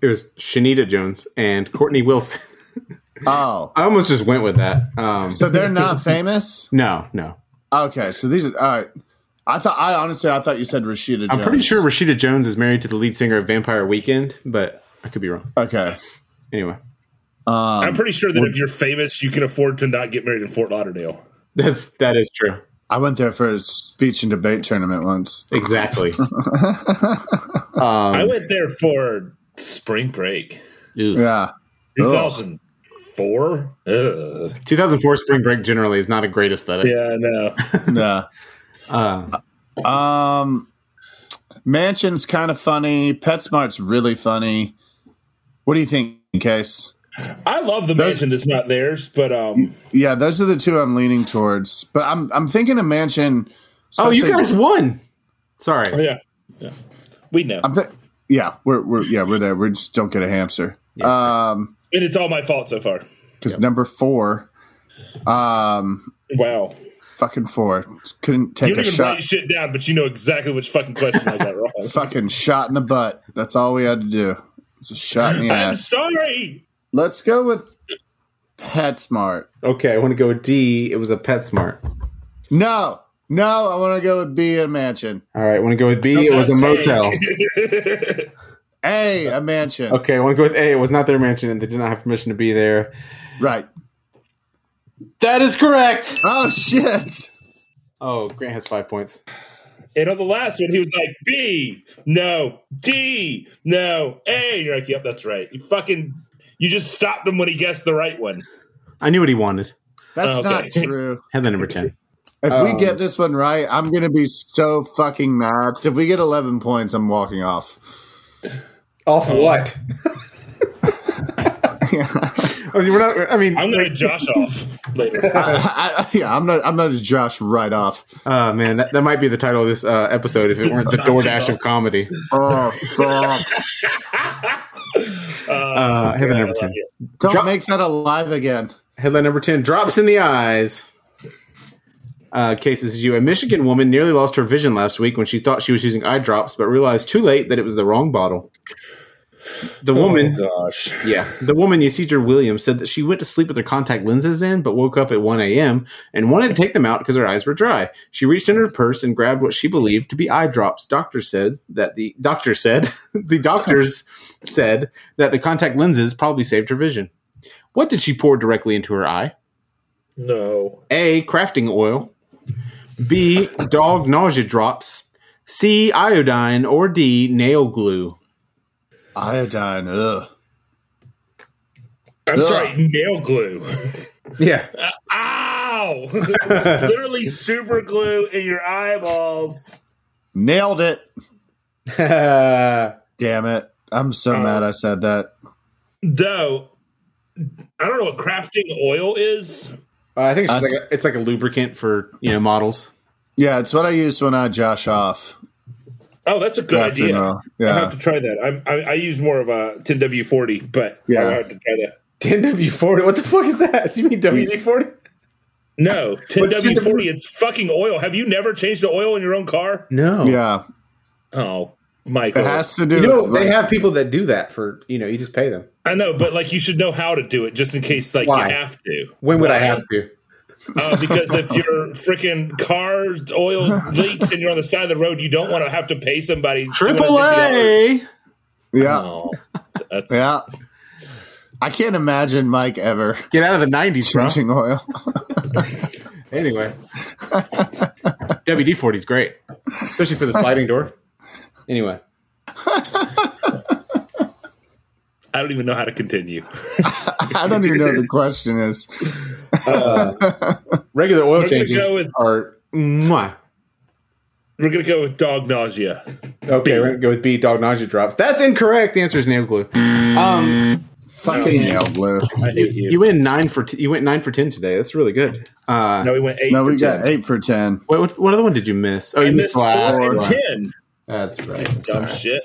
S3: it was Shanita Jones and Courtney Wilson.
S2: Oh,
S3: I almost just went with that. Um,
S2: so they're not famous.
S3: no, no.
S2: Okay, so these are all right. I thought I honestly I thought you said Rashida. Jones.
S3: I'm pretty sure Rashida Jones is married to the lead singer of Vampire Weekend, but I could be wrong.
S2: Okay.
S3: Anyway,
S1: I'm pretty sure that if you're famous, you can afford to not get married in Fort Lauderdale.
S3: that's that is true.
S2: I went there for a speech and debate tournament once.
S3: Exactly.
S1: I went there for spring break.
S2: Yeah.
S1: 2004. Ugh.
S3: 2004 Spring Break generally is not a great aesthetic.
S1: Yeah, I know.
S2: Yeah.
S3: Uh,
S2: Um, Mansion's kind of funny. PetSmart's really funny. What do you think, Case?
S1: I love the
S2: Those-
S1: mansion that's not theirs, but um,
S2: Yeah, those are the two I'm leaning towards. But I'm I'm thinking a mansion.
S3: oh, you
S2: especially-
S3: guys won. Sorry.
S1: Oh, yeah, yeah, we know,
S2: I'm th- yeah, we're we're yeah we're there. We just don't get a hamster. Um,
S1: and it's all my fault so far.
S2: because number four, um,
S1: Wow,
S2: fucking four couldn't
S1: you
S2: take
S1: don't
S2: a
S1: even
S2: shot.
S1: write shit down, but you know exactly which fucking question I got wrong.
S2: Fucking shot in the butt. That's all we had to do. It's a shot in the
S1: I'm
S2: ass.
S1: sorry.
S2: Let's go with PetSmart.
S3: Okay, I want to go with D. It was a PetSmart.
S2: No, no, I want to go with B a mansion.
S3: All right, I want to go with B. It was a motel.
S2: A a mansion.
S3: Okay, I want to go with A. It was not their mansion, and they did not have permission to be there.
S2: Right.
S3: That is correct.
S2: Oh shit.
S3: Oh, Grant has five points.
S1: And on the last one, he was like B, no D, no A. And you're like, yep, that's right. You fucking, you just stopped him when he guessed the right one.
S3: I knew what he wanted.
S2: That's
S1: Okay.
S2: not true.
S3: Headline number ten.
S2: If
S3: Um,
S2: we get this one right, I'm gonna be so fucking mad. If we get 11 points, I'm walking off.
S3: Off what? I mean, Oh, we're not. I mean,
S1: I'm gonna Josh off later.
S2: I, I, yeah, I'm not. I'm not just Josh right off.
S3: oh man, that, that might be the title of this uh, episode if it weren't the DoorDash of comedy.
S2: Oh fuck!
S3: Uh, headline number ten.
S2: Don't
S3: Drop-
S2: make that alive again.
S3: Headline number ten drops in the eyes. uh, cases as you. A Michigan woman nearly lost her vision last week when she thought she was using eye drops, but realized too late that it was the wrong bottle. The woman,
S1: gosh.
S3: yeah, the woman Ysidra Williams said that she went to sleep with her contact lenses in, but woke up at 1 a.m. and wanted to take them out because her eyes were dry. She reached in her purse and grabbed what she believed to be eye drops. Doctor said that the doctor said the doctors said that the contact lenses probably saved her vision. What did she pour directly into her eye?
S1: No.
S3: A. Crafting oil. B. Dog nausea drops. C. Iodine. Or D. Nail glue.
S2: Iodine. Ugh.
S1: I'm
S2: Ugh.
S1: sorry, nail glue.
S3: Yeah.
S1: Ow! it's literally super glue in your eyeballs.
S2: Nailed it.
S3: That's
S2: Damn it. I'm so
S1: Uh,
S2: mad I said that.
S1: Though, I don't know what crafting oil is.
S3: Uh, I think it's, just
S2: That's-
S3: like a, it's like a lubricant for you know models.
S2: Yeah, it's what I use when I josh off.
S1: Oh, that's a good
S2: Crafting
S1: idea.
S2: oil.
S1: I
S2: Yeah.
S1: have to try that. I'm, I, I use more of a 10W40, but yeah.
S2: Yeah.
S1: I have to try that.
S3: 10W40. What the fuck is that? You mean WD40?
S1: No,
S3: What's 10W40?
S1: 10W40, it's fucking oil. Have you never changed the oil in your own car?
S3: No.
S2: Yeah.
S1: Oh,
S2: It
S1: Michael.
S2: has to do
S3: You know
S2: with,
S3: they
S2: like-
S3: have people that do that for you know you just pay them.
S1: I know, but like you should know how to do it just in case like
S3: Why?
S1: you have to.
S3: When would I
S1: Why?
S3: have to?
S1: Uh, because if your freaking car oil leaks and you're on the side of the road, you don't want to have to pay somebody $250.
S2: Yeah.
S1: Oh, that's
S2: Yeah. I can't imagine Mike ever
S3: Get out of the nineties, bro.
S2: changing oil.
S3: Anyway, WD forty is great, especially for the sliding door. Anyway,
S1: I don't even know how to continue.
S2: I don't even know what the question is.
S3: regular oil
S1: gonna
S3: changes
S1: go with-
S3: are mwah.
S1: We're gonna go with dog nausea.
S3: okay. We're gonna go with B. Dog nausea drops. That's incorrect. The answer is nail glue. Um,
S2: Fucking nail glue.
S1: I hate you.
S3: you went nine for t- you went nine for ten today. That's really good. Uh,
S1: no, we went eight.
S2: No,
S1: for
S2: we
S1: 10.
S2: got eight for ten.
S3: What, what, what other one did you miss? Oh, you
S1: I
S3: missed
S1: missed
S3: the
S1: four
S3: last
S1: and
S3: one.
S1: ten.
S3: That's right.
S1: Dumb shit.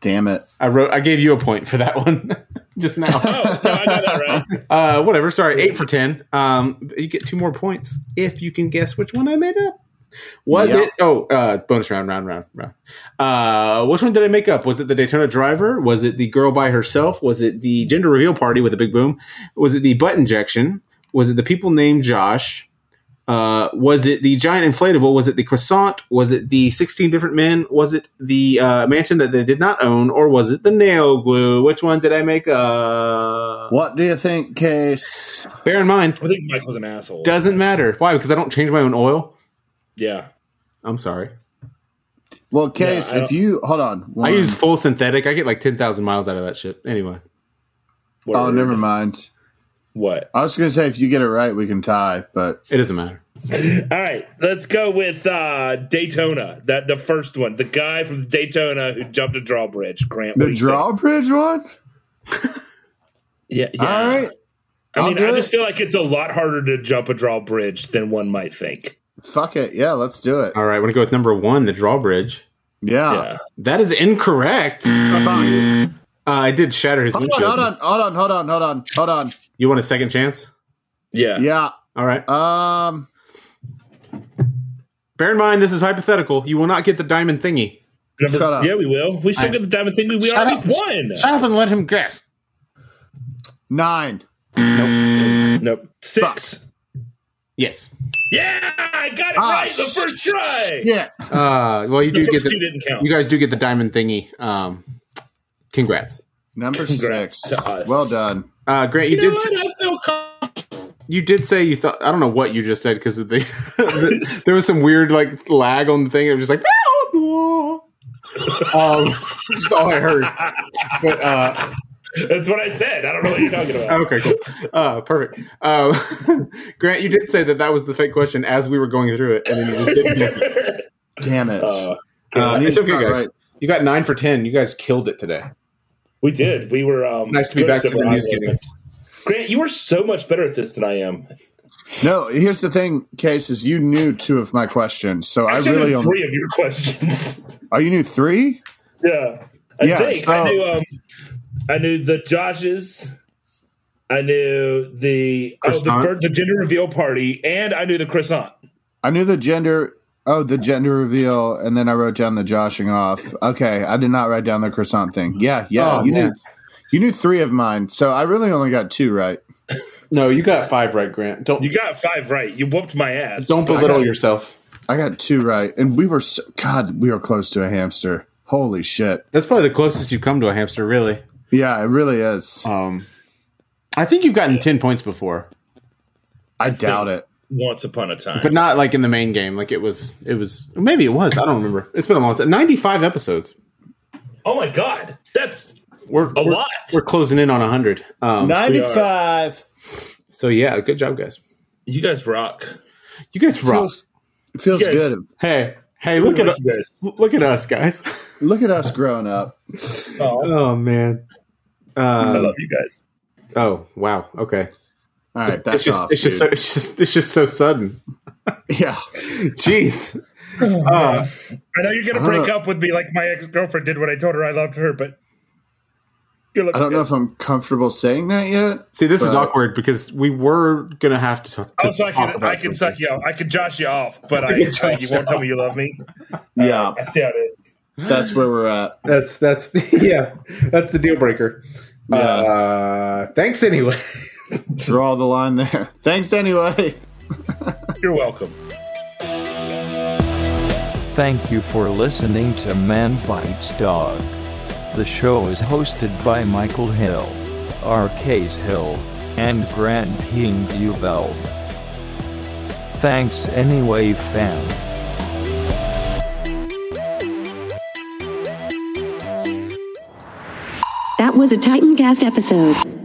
S2: Damn it.
S3: I wrote. I gave you a point for that one just now.
S1: Oh, no, I got that right.
S3: uh, whatever. Sorry, eight for ten. Um, you get two more points if you can guess which one I made up. Was
S2: Yeah.
S3: it? Oh, uh, bonus round, round, round, round. Uh, which one did I make up? Was it the Daytona Driver? Was it the girl by herself? Was it the gender reveal party with a big boom? Was it the butt injection? Was it the people named Josh? Uh, was it the giant inflatable? Was it the croissant? Was it the sixteen different men? Was it the uh, mansion that they did not own, or was it the nail glue? Which one did I make up?
S2: What do you think, Case?
S3: Bear in mind,
S1: I think Michael's an asshole.
S3: doesn't matter. Why? Because I don't change my own oil.
S1: yeah.
S3: I'm sorry.
S2: Well, Case,
S1: I
S2: if
S1: don't-
S2: you hold on.
S3: I
S2: One-
S3: use full synthetic. I get like ten thousand miles out of that shit. Anyway,
S2: Oh,
S1: Word.
S2: never mind.
S1: What?
S2: I was gonna say if you get it right, we can tie, but
S3: it doesn't matter.
S1: All right, let's go with uh, Daytona. That the first one, the guy from Daytona who jumped a drawbridge. Grant, what do
S2: the
S1: you
S2: drawbridge one?
S1: think? Yeah, yeah.
S2: All right.
S1: I mean,
S2: I'll do
S1: I just
S2: it.
S1: feel like it's a lot harder to jump a drawbridge than one might think.
S2: Fuck it. Yeah, let's do it.
S3: All right, I want to go with number one, the drawbridge.
S2: Yeah.
S1: Yeah.
S3: That is incorrect. Uh, I did shatter his
S2: Hold on, hold
S3: windshield.
S2: on, hold on, hold on, hold on, hold on.
S3: You want a second chance?
S1: Yeah.
S2: Yeah.
S3: All right. Uh,
S2: Um
S3: Bear in mind, this is hypothetical. You will not get the diamond thingy.
S1: Number-
S2: Shut up.
S1: Yeah, we will. We still get the diamond thing. We, we
S3: Shut
S1: already
S3: up.
S1: won.
S3: up and let him guess.
S2: nine.
S1: Nope. Six.
S3: Yes.
S1: Yeah, I got it
S2: Ah,
S1: right the first try.
S2: Yeah.
S3: Uh, well, you
S1: The
S3: do get
S1: first two
S3: the.
S1: didn't count.
S3: You guys do get the diamond thingy. Um, congrats,
S2: Number
S1: Congrats
S2: six.
S1: to us.
S2: Well done.
S3: uh, Grant. You,
S1: You know
S3: did. s-
S1: what? I feel com-
S3: you did say you thought I don't know what you just said because the, the, there was some weird like lag on the thing. It was just like "Ah!" um, that's all I heard. But uh,
S1: That's what I said. I don't know what you're talking about.
S3: okay, cool, uh, perfect. Um, Grant, you did say that that was the fake question as we were going through it, and then you just didn't guess it.
S2: Damn it.
S1: Uh,
S3: Uh,
S2: I need
S3: it's
S2: to
S3: okay,
S2: start
S3: guys.
S2: right.
S3: You got nine for ten. You guys killed it today.
S1: we did. We were. Um,
S3: Nice to be
S1: good
S3: back
S1: at
S3: to the
S1: what I
S3: news
S1: was.
S3: game.
S1: Grant, you are so much better at this than I am.
S2: No, here's the thing, Case, is you knew two of my questions, so I
S1: Actually,
S2: really
S1: knew
S2: only
S1: three of your questions.
S2: Oh, you knew three?
S1: yeah, I
S2: Yeah,
S1: think
S2: so-
S1: I knew. Um, I knew the Joshes. I knew oh, the oh, the,
S3: Croissant?
S1: bird, the gender reveal party, and I knew the croissant.
S2: I knew the gender. Oh, the gender reveal, and then I wrote down the joshing off. Okay, I did not write down the croissant thing. Yeah, yeah,
S3: Oh,
S2: you
S3: yeah.
S2: knew you knew three of mine, so I really only got two right.
S3: No, you got five right, Grant. Don't
S1: You got five right. You whooped my ass.
S3: don't belittle yourself.
S2: I got two right, and we were so, God, we were close to a hamster. Holy shit!
S3: That's probably the closest you've come to a hamster, really.
S2: Yeah, it really is.
S3: Um, I think you've gotten ten points before,
S2: I doubt it.
S1: Once upon a time.
S3: but not like in the main game. Like it was, it was maybe it was. I don't remember. It's been a long time. Ninety-five episodes.
S1: oh my god, that's
S3: We're
S1: a
S3: we're,
S1: lot.
S3: We're closing in on hundred. Um,
S1: uh,
S2: Ninety-five.
S3: so yeah, good job, guys.
S1: You guys rock.
S3: You guys rock.
S2: Feels, it feels
S1: Yes.
S2: good.
S3: Hey, hey, look at
S1: Look at
S3: us.
S1: you guys.
S3: Look at us, guys.
S2: Look at us growing up.
S1: Oh,
S3: Oh man.
S1: I
S3: Uh,
S1: love you guys.
S3: oh wow. Okay.
S2: All right, that's
S3: it's just
S2: off.
S3: it's just so,
S2: dude.
S3: it's just it's just so sudden.
S2: yeah.
S3: Jeez. Uh,
S1: I know you're gonna
S2: I
S1: break
S2: don't know.
S1: up with me like my ex girlfriend did when I told her I loved her, but good luck.
S2: I don't know if I'm comfortable saying that yet.
S3: see, this is
S2: But-
S3: awkward because we were gonna have to, talk to
S1: Also, I
S3: talk
S1: can
S3: about
S1: I can
S3: something.
S1: suck you off. I can josh you off, but I,
S3: I can josh
S1: you
S3: you
S1: won't tell me you love me.
S2: Yeah,
S1: I see how it is.
S2: that's where we're at.
S3: That's that's yeah. That's the deal breaker.
S2: Yeah.
S3: Uh, thanks anyway.
S2: Draw the line there. Thanks anyway.
S1: You're welcome.
S4: Thank you for listening to Man Bites Dog. The show is hosted by Michael Hill, R.K.'s Hill, and Grant King Buveld. Thanks anyway, fam.
S11: That was a Titancast episode.